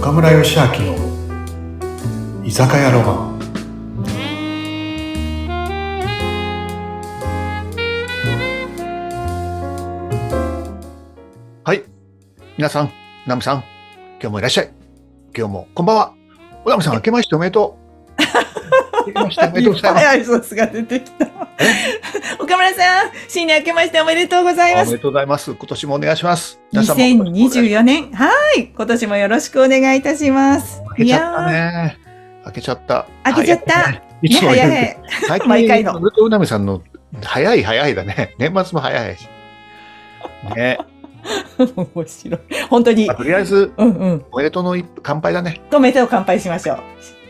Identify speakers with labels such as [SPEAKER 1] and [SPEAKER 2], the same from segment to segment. [SPEAKER 1] 岡村義明の居酒屋ロマン
[SPEAKER 2] はい。皆さん、ナムさん、今日もいらっしゃい。今日もこんばんは。おナムさん、明けましておめでとう。明けましておめでとうございます。
[SPEAKER 3] い挨拶が出てきた。岡村さん、新年明けましておめでとうございま
[SPEAKER 2] おめ
[SPEAKER 3] す
[SPEAKER 2] で。とうございます。今年もお願いします。皆さんも
[SPEAKER 3] 2024年、はい、今年もよろしくお願いいたします。
[SPEAKER 2] 開けちゃったね。開けちゃった。
[SPEAKER 3] 開けちゃった
[SPEAKER 2] 早いね。い
[SPEAKER 3] いや
[SPEAKER 2] つ
[SPEAKER 3] ー、
[SPEAKER 2] も
[SPEAKER 3] ね、
[SPEAKER 2] 言うけ
[SPEAKER 3] 早い。
[SPEAKER 2] ど、最近
[SPEAKER 3] 毎回の
[SPEAKER 2] ずっとうなみさんの早い早いだね。年末も早いし。ね。
[SPEAKER 3] 面白い。 本当に
[SPEAKER 2] まあ、とりあえず、
[SPEAKER 3] うんうん。
[SPEAKER 2] おめでとうの一乾杯だね。
[SPEAKER 3] とめでとう乾杯しましょう。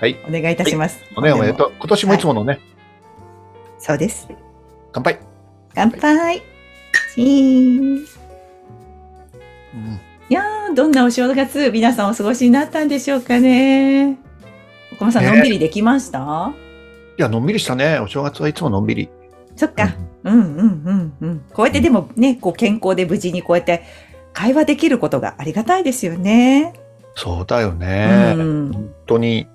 [SPEAKER 2] はい。
[SPEAKER 3] お願いいたします。
[SPEAKER 2] おねおめでとう。今年もいつものね、
[SPEAKER 3] そうです。
[SPEAKER 2] 乾杯。
[SPEAKER 3] 乾杯。チーン。
[SPEAKER 2] うん
[SPEAKER 3] いやー、どんなお正月、皆さんお過ごしになったんでしょうかね。岡村さん、
[SPEAKER 2] ね
[SPEAKER 3] のんびりできました、
[SPEAKER 2] いや、のんびりしたね。お正月はいつものんびり。
[SPEAKER 3] そっか。うんうんうんうん。こうやってでもね、こう健康で無事にこうやって会話できることがありがたいですよね。
[SPEAKER 2] そうだよね。
[SPEAKER 3] うん。
[SPEAKER 2] 本当に、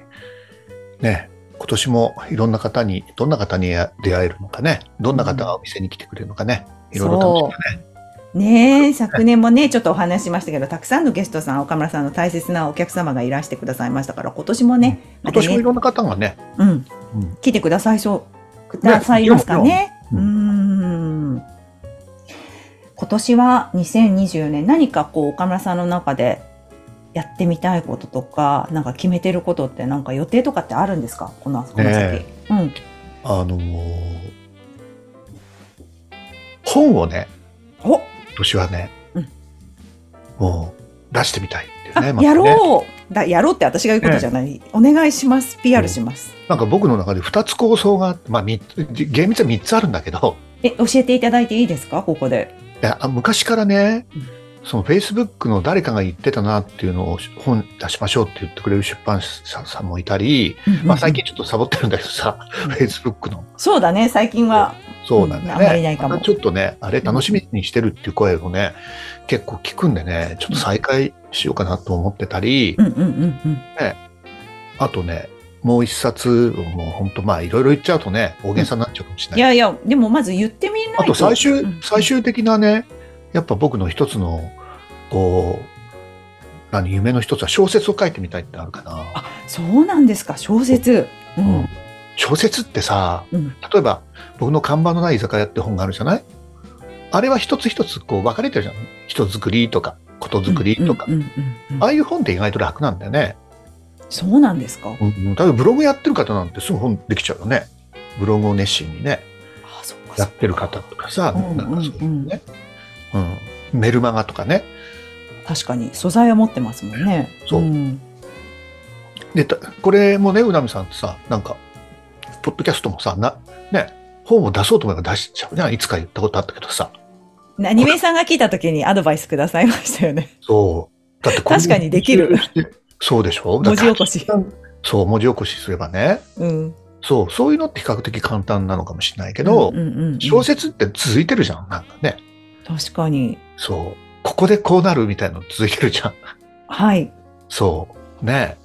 [SPEAKER 2] ね、今年もいろんな方に、どんな方に出会えるのかね、どんな方がお店に来てくれるのかね、いろいろ楽しみだね。
[SPEAKER 3] ねえ、昨年もね、ちょっとお話ししましたけど、たくさんのゲストさん、岡村さんの大切なお客様がいらしてくださいましたから、今年もね、ま
[SPEAKER 2] 今
[SPEAKER 3] た
[SPEAKER 2] 年もい
[SPEAKER 3] ね、
[SPEAKER 2] ろんな方がね、
[SPEAKER 3] うん、
[SPEAKER 2] うん
[SPEAKER 3] 来てくださいそう、くださいますかね。う
[SPEAKER 2] ね
[SPEAKER 3] ーん。今年は2024年、何かこう、岡村さんの中でやってみたいこととか、なんか決めてることって、なんか予定とかってあるんですかこの、この先
[SPEAKER 2] ね。
[SPEAKER 3] うん。
[SPEAKER 2] あのー本をね、
[SPEAKER 3] お
[SPEAKER 2] 今年はね、
[SPEAKER 3] うん
[SPEAKER 2] もう出してみたいっていうね、
[SPEAKER 3] あ、
[SPEAKER 2] た
[SPEAKER 3] や
[SPEAKER 2] ね
[SPEAKER 3] ろうだ、やろうって私が言うことじゃない。お願いします。PR します。
[SPEAKER 2] なんか僕の中で2つ構想があって、まあ、三つ厳密は3つあるんだけど、
[SPEAKER 3] え、教えていただいていいですかここで。
[SPEAKER 2] いやあ昔からね
[SPEAKER 3] うん、
[SPEAKER 2] そのフェイスブックの誰かが言ってたなっていうのを本出しましょうって言ってくれる出版社さんもいたり、まあ、最近ちょっとサボってるんだけどさ、
[SPEAKER 3] うん
[SPEAKER 2] Facebook の。
[SPEAKER 3] そうだね、最近は。
[SPEAKER 2] そうなんだ
[SPEAKER 3] うんあんまり
[SPEAKER 2] ね。
[SPEAKER 3] ないかも
[SPEAKER 2] またちょっとね、あれ楽しみにしてるっていう声をね、結構聞くんでね、ちょっと再開しようかなと思ってたり
[SPEAKER 3] う、んうんうんうん。
[SPEAKER 2] あとね、もう一冊をもう本当まあいろいろ言っちゃうとね、大げさになっちゃうかもしれ
[SPEAKER 3] い
[SPEAKER 2] ない。
[SPEAKER 3] やいや、でもまず言ってみないと。
[SPEAKER 2] あと最終
[SPEAKER 3] うん、
[SPEAKER 2] 最終的なね、やっぱ僕の一つの、こう、何、夢の一つは小説を書いてみたいってあるかな。
[SPEAKER 3] そうなんですか、小説。う
[SPEAKER 2] うん
[SPEAKER 3] ん。
[SPEAKER 2] 小説ってさ、
[SPEAKER 3] うん
[SPEAKER 2] 例えば僕の看板のない居酒屋って本があるじゃないあれは一つ一つこう分かれてるじゃん。人作りとか、こと作りとか。
[SPEAKER 3] うんうんうんうん
[SPEAKER 2] ああいう本って意外と楽なんだよね。
[SPEAKER 3] そうなんですか。
[SPEAKER 2] うんうん、例えばブログやってる方なんてすぐ本できちゃうよね。ブログを熱心にね、
[SPEAKER 3] あ、そっかそ
[SPEAKER 2] や
[SPEAKER 3] っ
[SPEAKER 2] っ
[SPEAKER 3] か。
[SPEAKER 2] てる方とかさ、
[SPEAKER 3] うんうんうん
[SPEAKER 2] なんかそういうね、うん。メルマガとかね。
[SPEAKER 3] 確かに素材は持ってますもんね。
[SPEAKER 2] そうんで、たこれもね、うなみさんってさ、なんか、ポッドキャストもさ、な、ね、本を出そうと思えば出しちゃうじゃん。いつか言ったことあったけどさ。
[SPEAKER 3] 何名さんが聞いた時にアドバイスくださいましたよね。
[SPEAKER 2] そう。だってこれ
[SPEAKER 3] 確かにできる。
[SPEAKER 2] そうでしょ
[SPEAKER 3] 文字起こし。
[SPEAKER 2] だってそう、文字起こしすればね。
[SPEAKER 3] うん。
[SPEAKER 2] そう、そういうのって比較的簡単なのかもしれないけど、
[SPEAKER 3] うんうんうんうん
[SPEAKER 2] 小説って続いてるじゃん、なんかね。
[SPEAKER 3] 確かに。
[SPEAKER 2] そう。ここでこうなるみたいなの続いてるじゃん。
[SPEAKER 3] はい。
[SPEAKER 2] そう。ね。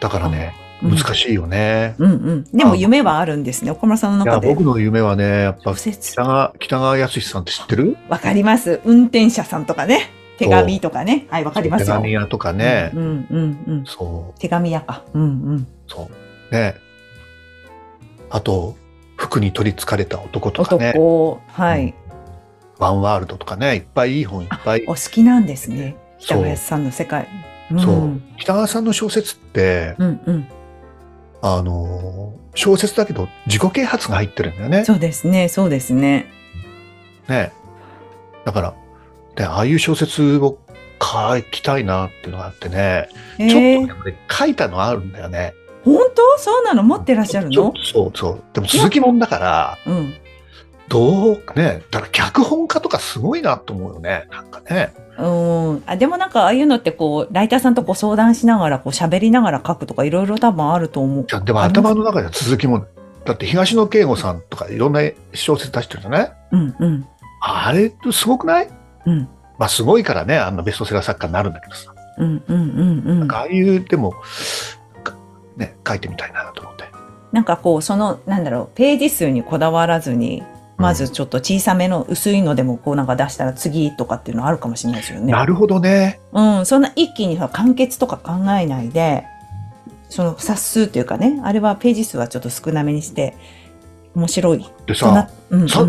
[SPEAKER 2] だからね、難
[SPEAKER 3] い。
[SPEAKER 2] しいよね。
[SPEAKER 3] うんうん。でも夢はあるんですね。岡村さんの
[SPEAKER 2] いや、
[SPEAKER 3] 中で
[SPEAKER 2] 僕。の夢はね、やっぱ
[SPEAKER 3] 小、説。
[SPEAKER 2] 北川、北川康さんって知ってる
[SPEAKER 3] わかります。運転者さんとかね。手紙とかね。はい、わかります
[SPEAKER 2] 手
[SPEAKER 3] よ。
[SPEAKER 2] 紙屋とかね。
[SPEAKER 3] うんうんうん。
[SPEAKER 2] そう、
[SPEAKER 3] 手紙屋か。うん
[SPEAKER 2] そう。ね。あと、服に取り憑かれた男
[SPEAKER 3] うん。
[SPEAKER 2] とかね。
[SPEAKER 3] 男、はい。
[SPEAKER 2] ワンワールドとかね、いっぱいいい本いっぱい
[SPEAKER 3] お。好きなんですね。
[SPEAKER 2] そ
[SPEAKER 3] 北
[SPEAKER 2] う
[SPEAKER 3] 林さんの世界。
[SPEAKER 2] そう
[SPEAKER 3] うん。
[SPEAKER 2] 北川さんの小説って、
[SPEAKER 3] うんうん。
[SPEAKER 2] あのー、小説だけど自己啓発が入ってるんだよね。
[SPEAKER 3] そうですね、そうですね。
[SPEAKER 2] ね。だから、ね、ああいう小説を書きたいなっていうのがあってね、
[SPEAKER 3] え
[SPEAKER 2] ちょっ
[SPEAKER 3] ー
[SPEAKER 2] と、ね、書いたのあるんだよね。
[SPEAKER 3] 本当そうなの持ってらっしゃる
[SPEAKER 2] ちょ
[SPEAKER 3] の
[SPEAKER 2] っとそうそう。でも続きもんだから、
[SPEAKER 3] うん。
[SPEAKER 2] どう、ね、だから脚本家とかすごいなと思うよね。なんかね。
[SPEAKER 3] うん、あでもなんかああいうのってこうライターさんとこう相談しながらこう喋りながら書くとかいろいろ多分あると思う
[SPEAKER 2] じゃあでも頭の中では続きもん。だって東野圭吾さんとかいろんな小説出してるじゃない
[SPEAKER 3] うんうん
[SPEAKER 2] あれ、すごくない
[SPEAKER 3] うん
[SPEAKER 2] まあ、すごいからね、あんなベストセラー作家になるんだけどさ。
[SPEAKER 3] うんうんうん
[SPEAKER 2] な
[SPEAKER 3] う
[SPEAKER 2] ん
[SPEAKER 3] ん
[SPEAKER 2] かああいうでも、かね、書いてみたいなと思って。
[SPEAKER 3] なんかこうそのなんだろうページ数にこだわらずにまずちょっと小さめの薄いのでもこうなんか出したら次とかっていうのあるかもしれないですよね。
[SPEAKER 2] なるほどね。
[SPEAKER 3] うん、そんな一気にさ完結とか考えないでその冊数というかねあれはページ数はちょっと少なめにして面白い
[SPEAKER 2] で
[SPEAKER 3] そんな
[SPEAKER 2] さ、
[SPEAKER 3] うんうん
[SPEAKER 2] さ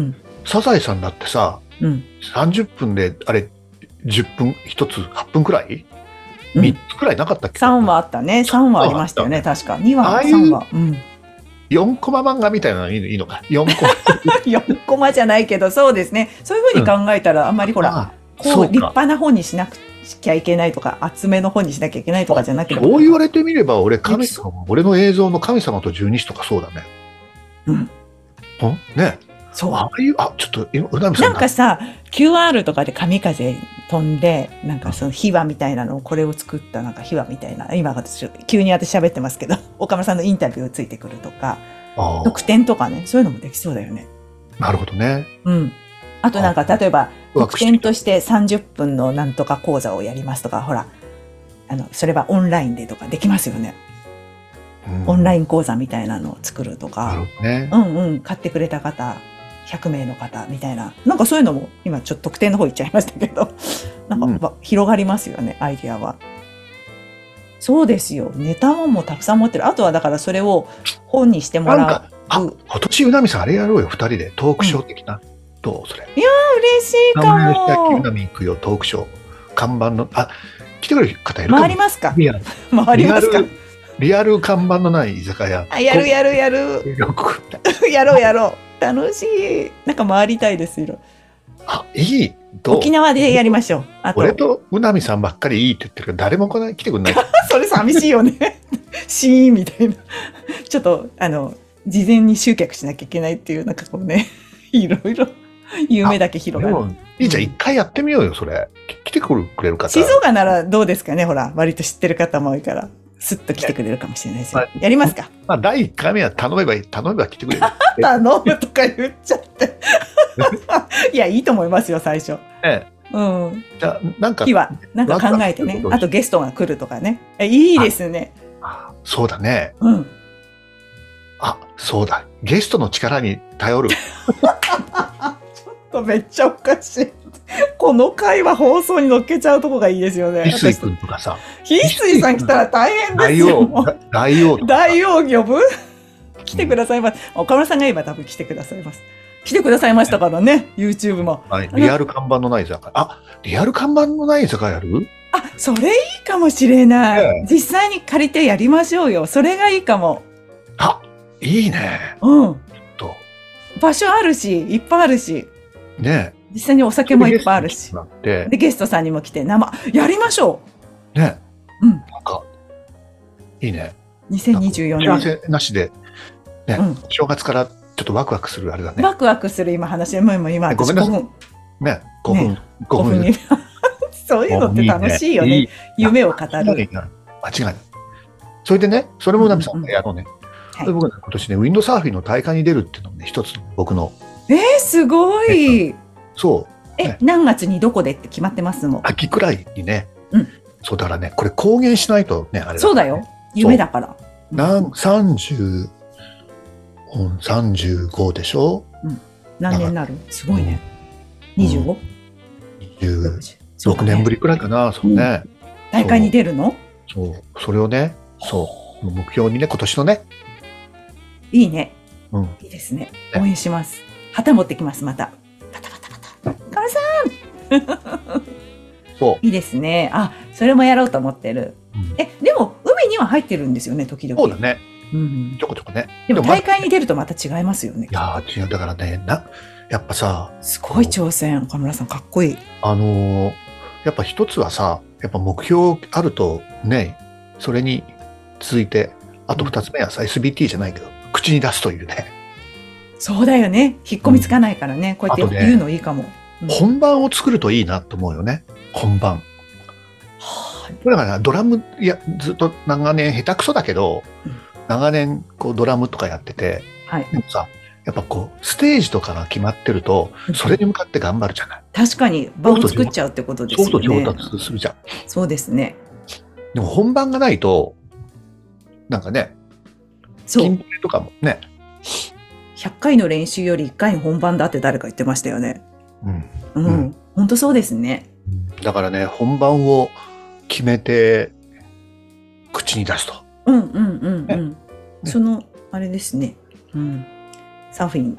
[SPEAKER 2] サザエさんだってさ、
[SPEAKER 3] うん
[SPEAKER 2] 30分で、あれ、10分、1つ8分くらい
[SPEAKER 3] うん
[SPEAKER 2] ?3 つくらいなかったっけ、
[SPEAKER 3] 3話あったね3話ありましたよね確か2
[SPEAKER 2] あ
[SPEAKER 3] 話
[SPEAKER 2] あいう
[SPEAKER 3] 3話うん
[SPEAKER 2] 4コマ漫画みたいなのいいのいいのか。4コマ。
[SPEAKER 3] 4コマじゃないけどそうですねそういうふうに考えたらあんまりほら、
[SPEAKER 2] あ
[SPEAKER 3] こう
[SPEAKER 2] そう
[SPEAKER 3] 立
[SPEAKER 2] か。
[SPEAKER 3] 派な本にしなくちゃいけないとか厚めの本にしなきゃいけないとかじゃなければ
[SPEAKER 2] そう言われてみれば、俺、神
[SPEAKER 3] できそ
[SPEAKER 2] 様、俺の映像の神様と十二支とかそうだね。
[SPEAKER 3] うん
[SPEAKER 2] ほん。ね。
[SPEAKER 3] そう
[SPEAKER 2] ああいう、あ、ちょっと、今うなみさ
[SPEAKER 3] なんん
[SPEAKER 2] が
[SPEAKER 3] かさ QR とかで神風飛んでなんかその秘話みたいなのをこれを作ったなんか秘話みたいな今私急に私喋ってますけど 岡村さんのインタビューついてくるとか
[SPEAKER 2] あ
[SPEAKER 3] 特典とかねそういうのもできそうだよね。
[SPEAKER 2] あなるほどね。
[SPEAKER 3] うん、あとなんか
[SPEAKER 2] あ
[SPEAKER 3] 例えば
[SPEAKER 2] ワー
[SPEAKER 3] 特
[SPEAKER 2] クシー
[SPEAKER 3] 典
[SPEAKER 2] ト
[SPEAKER 3] として30分のなんとか講座をやりますとかほらあのそれはオンラインでとかできますよね
[SPEAKER 2] うん
[SPEAKER 3] オンラ
[SPEAKER 2] イ
[SPEAKER 3] イン講座みたいなのを作ると
[SPEAKER 2] な
[SPEAKER 3] か
[SPEAKER 2] る。ほどね。
[SPEAKER 3] うんうん、買ってくれた方、100名の方みたいな、なんかそういうのも、今ちょっと特典の方行っちゃいましたけど、 なんか、
[SPEAKER 2] うん
[SPEAKER 3] わ広がりますよね、アイディアは。そうですよ。ネタももうたくさん持ってる。あとはだからそれを本にしても
[SPEAKER 2] なん
[SPEAKER 3] ら
[SPEAKER 2] か、あ、今年うなみさんあれやろうよ、二人で。トークショー的な。どうそれ。
[SPEAKER 3] う。嬉しい
[SPEAKER 2] 名
[SPEAKER 3] か
[SPEAKER 2] 前をしたきう
[SPEAKER 3] も
[SPEAKER 2] な。み行くよ、トークショー。看板の、あ、来てくれる方いるかも
[SPEAKER 3] 回りますか
[SPEAKER 2] リアル
[SPEAKER 3] 回りますか
[SPEAKER 2] リアルリアル看板のない居酒屋。
[SPEAKER 3] あやるやるやる。
[SPEAKER 2] よく。
[SPEAKER 3] やろうやろう。楽しい。なんか回りたいです、いろいろ
[SPEAKER 2] あ、いい。どう
[SPEAKER 3] 沖縄でやりましょう。あと
[SPEAKER 2] 俺、とうなみさんばっかりいいって言ってるけど、誰も来ない、来てくん ない。
[SPEAKER 3] それ寂しいよね。シーンみたいな。ちょっと、あの、事前に集客しなきゃいけないっていう、なんかこうね、いろいろ、夢だけ
[SPEAKER 2] で
[SPEAKER 3] 広がる。
[SPEAKER 2] も、いいじゃん、一回やってみようよ、それ。き来てくれる方。
[SPEAKER 3] 静岡ならどうですかねほら、割と知ってる方も多いから、スッと来てくれるかもしれないですよ
[SPEAKER 2] は。
[SPEAKER 3] やりますか
[SPEAKER 2] まあ、第一回目は頼めばいい、頼めば来てく れる。え
[SPEAKER 3] 頼むとか言っちゃって。 いや、いいと思いますよ、最初。
[SPEAKER 2] え
[SPEAKER 3] うん。
[SPEAKER 2] えじゃあ、なんか
[SPEAKER 3] 日、は、なんか考えてね。あとゲストが来るとかね。えいいですね。
[SPEAKER 2] そうだね。
[SPEAKER 3] うん。
[SPEAKER 2] あ、そうだ。ゲストの力に頼 る。
[SPEAKER 3] ちょっとめっちゃおかしい。この回は放送に乗っけちゃうとこがいいですよね。
[SPEAKER 2] 翡翠くんとか さ、
[SPEAKER 3] 翡翠さん来たら大変です
[SPEAKER 2] 大王
[SPEAKER 3] よ。、
[SPEAKER 2] 大王とかさ。
[SPEAKER 3] 大王呼ぶ来てくださいます。岡村さんが言えば多分来てくださいます。来てくださいましたからね、YouTube も。
[SPEAKER 2] はい、リアル看板のない居酒屋。あ、リアル看板のない居酒屋やる
[SPEAKER 3] あ、それいいかもしれな
[SPEAKER 2] え
[SPEAKER 3] い。実際に借りてやりましょうよ。それがいいかも。
[SPEAKER 2] あ、いいね。
[SPEAKER 3] うん。
[SPEAKER 2] と。
[SPEAKER 3] 場所あるし、いっぱいあるし、
[SPEAKER 2] ねえ。
[SPEAKER 3] 実際にお酒もいっぱいあるし。
[SPEAKER 2] なって、
[SPEAKER 3] で、ゲストさんにも来て生、やりましょ
[SPEAKER 2] ね
[SPEAKER 3] う。うん。
[SPEAKER 2] え、なんか、いいね。
[SPEAKER 3] 2024
[SPEAKER 2] 幸
[SPEAKER 3] 年。
[SPEAKER 2] せなしで、ね、
[SPEAKER 3] うん
[SPEAKER 2] 正月からちょっとワクワクするあれだね。
[SPEAKER 3] ワクワクする今話、もう今、今、
[SPEAKER 2] ごめ
[SPEAKER 3] 私
[SPEAKER 2] んなさ
[SPEAKER 3] 5
[SPEAKER 2] い
[SPEAKER 3] 分、
[SPEAKER 2] ね、5分、
[SPEAKER 3] 5
[SPEAKER 2] 5分。
[SPEAKER 3] 分に。 そういうのって楽しいよね。
[SPEAKER 2] いい
[SPEAKER 3] 夢を語
[SPEAKER 2] 間違
[SPEAKER 3] る。
[SPEAKER 2] いない。間違いない。それでね、それもナミさんがやろうね。
[SPEAKER 3] はい
[SPEAKER 2] で僕ね、今年ね、ウィンドサーフィンの大会に出るっていうのもね、一つの僕の、
[SPEAKER 3] えー、すごい。
[SPEAKER 2] そう、
[SPEAKER 3] え、何月にどこでって決まってますもん。
[SPEAKER 2] 秋くらいにね、
[SPEAKER 3] うん
[SPEAKER 2] そうだからね、これ公言しないとね、あれ
[SPEAKER 3] そうだよ。夢だから。
[SPEAKER 2] なん30、うん35でしょ
[SPEAKER 3] 何年になるすごいね。
[SPEAKER 2] うん
[SPEAKER 3] 25?、
[SPEAKER 2] ?26
[SPEAKER 3] そうだね
[SPEAKER 2] 年ぶりくらいかな、そうね。
[SPEAKER 3] 大会に出るの
[SPEAKER 2] そう、それをね、そう、目標にね、今年のね、
[SPEAKER 3] いいね。
[SPEAKER 2] うん
[SPEAKER 3] いいですね。
[SPEAKER 2] ね
[SPEAKER 3] 応援します。旗持ってきます、また。パタパタパタ。岡村さん
[SPEAKER 2] そ
[SPEAKER 3] いいですね。あ、それもやろうと思ってる。
[SPEAKER 2] う、うん
[SPEAKER 3] え、でも、海には入ってるんですよね、時々。
[SPEAKER 2] そうだね、
[SPEAKER 3] うん
[SPEAKER 2] ちょこちょこね。
[SPEAKER 3] でも
[SPEAKER 2] でもま
[SPEAKER 3] 大会に出るとまた違いますよね
[SPEAKER 2] い。やー、違う、だからね、な、やっぱさ、
[SPEAKER 3] すごい挑戦。岡村さん、かっこいい。
[SPEAKER 2] あのーやっぱ一つはさ、やっぱ目標あるとね、それに続いて、あと二つ目はさ、SBT じゃないけど、口に出すというね、
[SPEAKER 3] そうだよね。引っ込みつかないからね。こうやって言うのいいかも。うん
[SPEAKER 2] 本番を作るといいなと思うよね、本番。
[SPEAKER 3] は
[SPEAKER 2] これだからドラム、いや、ずっと長年下手くそだけど
[SPEAKER 3] うん、
[SPEAKER 2] 長年こうドラムとかやってて、
[SPEAKER 3] あはい。
[SPEAKER 2] でもさ、やっぱこう、ステージとかが決まってると、それに向かって頑張るじゃない。
[SPEAKER 3] 確かに場を作っちゃうってことです
[SPEAKER 2] そうす
[SPEAKER 3] よ
[SPEAKER 2] ると上
[SPEAKER 3] ね。
[SPEAKER 2] 達するじゃん。
[SPEAKER 3] そうですね。
[SPEAKER 2] でも本番がないと、なんかね、
[SPEAKER 3] そう
[SPEAKER 2] 筋トレとかもね、
[SPEAKER 3] 100回の練習より1回の本番だって誰か言ってましたよね。
[SPEAKER 2] うん、
[SPEAKER 3] うん、
[SPEAKER 2] うん
[SPEAKER 3] 本当そうですね。
[SPEAKER 2] だからね、本番を決めて、口に出すと。
[SPEAKER 3] うんうんうんうん。
[SPEAKER 2] ね
[SPEAKER 3] そのあれですね。うん。サーフィン。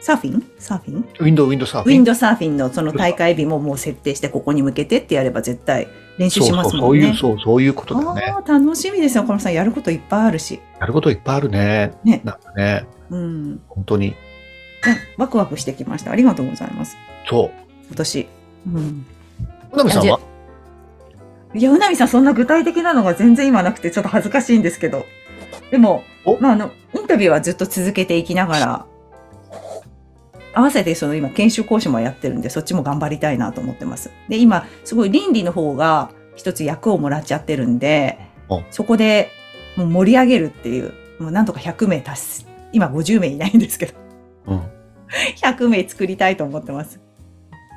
[SPEAKER 3] サーフィンサーフィン
[SPEAKER 2] ウィンドウ、ウィンドサー
[SPEAKER 3] ウ
[SPEAKER 2] フィ
[SPEAKER 3] ィ
[SPEAKER 2] ン。
[SPEAKER 3] ンドサーフィンのその大会日ももう設定してここに向けてってやれば絶対練習します
[SPEAKER 2] そ
[SPEAKER 3] も
[SPEAKER 2] うんそうそういう、そ
[SPEAKER 3] ね。
[SPEAKER 2] う、そういうことだよね。
[SPEAKER 3] あー楽しみですよ、岡村さん。やることいっぱいあるし。
[SPEAKER 2] やることいっぱいあるね。
[SPEAKER 3] ね
[SPEAKER 2] なんかね、
[SPEAKER 3] うん。
[SPEAKER 2] 本当に。
[SPEAKER 3] ワクワクしてきました。ありがとうございます。
[SPEAKER 2] そう。
[SPEAKER 3] 今年。うん。
[SPEAKER 2] 宇波さんは、
[SPEAKER 3] いや、うなみさん、そんな具体的なのが全然今なくて、ちょっと恥ずかしいんですけど。でも
[SPEAKER 2] お、
[SPEAKER 3] まあ、あの、インタビューはずっと続けていきながら、合わせてその今、研修講師もやってるんで、そっちも頑張りたいなと思ってます。で、今、すごい倫理の方が一つ役をもらっちゃってるんで
[SPEAKER 2] お、
[SPEAKER 3] そこでもう盛り上げるっていう、もうなんとか100名達す、今50名いないんですけど、
[SPEAKER 2] うん、
[SPEAKER 3] 100名作りたいと思ってます。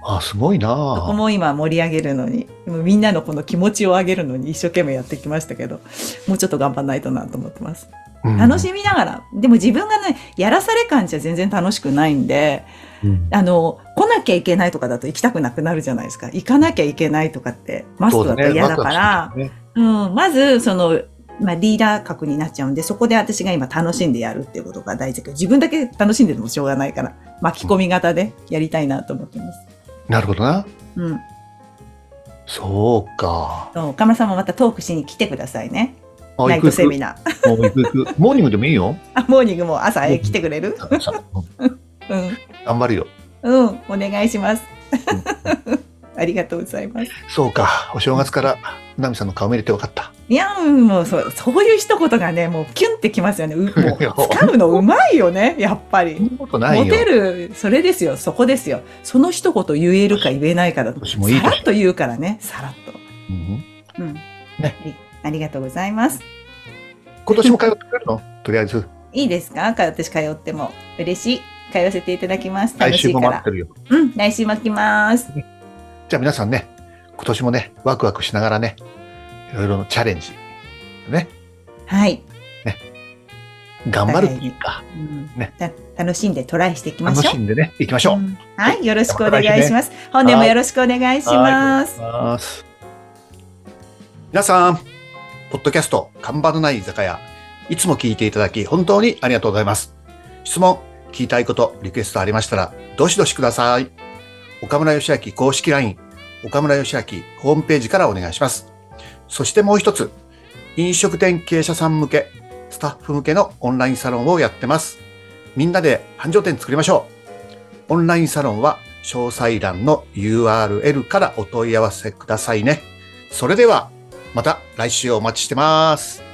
[SPEAKER 2] あ、すごいな
[SPEAKER 3] そこも今盛り上げるのに、でもみんなのこの気持ちを上げるのに一生懸命やってきましたけど、もうちょっと頑張んないとなと思ってます。楽しみながら、でも自分がね、やらされ感じゃ全然楽しくないんで、
[SPEAKER 2] み。うん
[SPEAKER 3] あの、来なきゃいけないとかだと行きたくなくなるじゃないですか。行かなきゃいけないとかって、マス
[SPEAKER 2] そ
[SPEAKER 3] ト
[SPEAKER 2] う
[SPEAKER 3] だ
[SPEAKER 2] だ
[SPEAKER 3] と
[SPEAKER 2] ね
[SPEAKER 3] 嫌だから、
[SPEAKER 2] ね
[SPEAKER 3] うん、まず、その、まあ、リーダー格になっちゃうんで、そこで私が今楽しんでやるっていうことが大事だけど、自分だけ楽しんでてもしょうがないから、巻き込み型でやりたいなと思ってます。
[SPEAKER 2] なるほどな。
[SPEAKER 3] うん。
[SPEAKER 2] そうか。
[SPEAKER 3] そう岡村さんもまたトークしに来てくださいね。
[SPEAKER 2] あ
[SPEAKER 3] ナイトセミ
[SPEAKER 2] ナ
[SPEAKER 3] ナー。
[SPEAKER 2] ー。行く行く。モーニングでもいいよ。
[SPEAKER 3] あモーニングも朝へ来てくれる
[SPEAKER 2] ささ
[SPEAKER 3] うん。
[SPEAKER 2] 頑張るよ。
[SPEAKER 3] うん。お願いします。 ありがとうございます。
[SPEAKER 2] そうか。お正月から、うなみさんの顔見れて分かった。
[SPEAKER 3] いやー、もうそう、そういう一言がね、もうキュンってきますよね。うもう、
[SPEAKER 2] いや
[SPEAKER 3] 掴むのうまいよね、やっぱ
[SPEAKER 2] そん
[SPEAKER 3] り。
[SPEAKER 2] なことないよ。
[SPEAKER 3] モテる、それですよ、そこですよ。その一言言えるか言えないかだと。
[SPEAKER 2] 私もいい
[SPEAKER 3] さ
[SPEAKER 2] 年
[SPEAKER 3] らっと言うからね、さらっ
[SPEAKER 2] うん
[SPEAKER 3] と。うん。ね
[SPEAKER 2] ね。
[SPEAKER 3] ありがとうございます。
[SPEAKER 2] 今年も通ってくれるのとりあえず、
[SPEAKER 3] いいですかか私通っても。嬉しい。通わせていただきます。楽
[SPEAKER 2] 来
[SPEAKER 3] し
[SPEAKER 2] 週
[SPEAKER 3] い
[SPEAKER 2] も
[SPEAKER 3] か
[SPEAKER 2] 待っ
[SPEAKER 3] ら
[SPEAKER 2] て。るよ。
[SPEAKER 3] うん、来週巻きます。
[SPEAKER 2] じゃあ皆さんね、今年もね、ワクワクしながらね、いろいろのチャレンジ、ね、
[SPEAKER 3] はい。
[SPEAKER 2] 頑張るっていうか、
[SPEAKER 3] うん
[SPEAKER 2] ね
[SPEAKER 3] た楽しんでトライしていきま
[SPEAKER 2] 楽
[SPEAKER 3] しょ
[SPEAKER 2] し
[SPEAKER 3] う。
[SPEAKER 2] んでね、行きましょう。
[SPEAKER 3] うんはい、よろしくお願いします。本年もよろしくお願いします。
[SPEAKER 2] ます。皆さん、ポッドキャスト、看板のない居酒屋、いつも聞いていただき、本当にありがとうございます。質問、聞きたいこと、リクエストありましたら、どしどしください。岡村義明公式 LINE、岡村義明ホームページからお願いします。そしてもう一つ、飲食店経営者さん向け、スタッフ向けのオンラインサロンをやってます。みんなで繁盛店作りましょう。オンラインサロンは詳細欄の URL からお問い合わせくださいね。それでは、また来週お待ちしてます。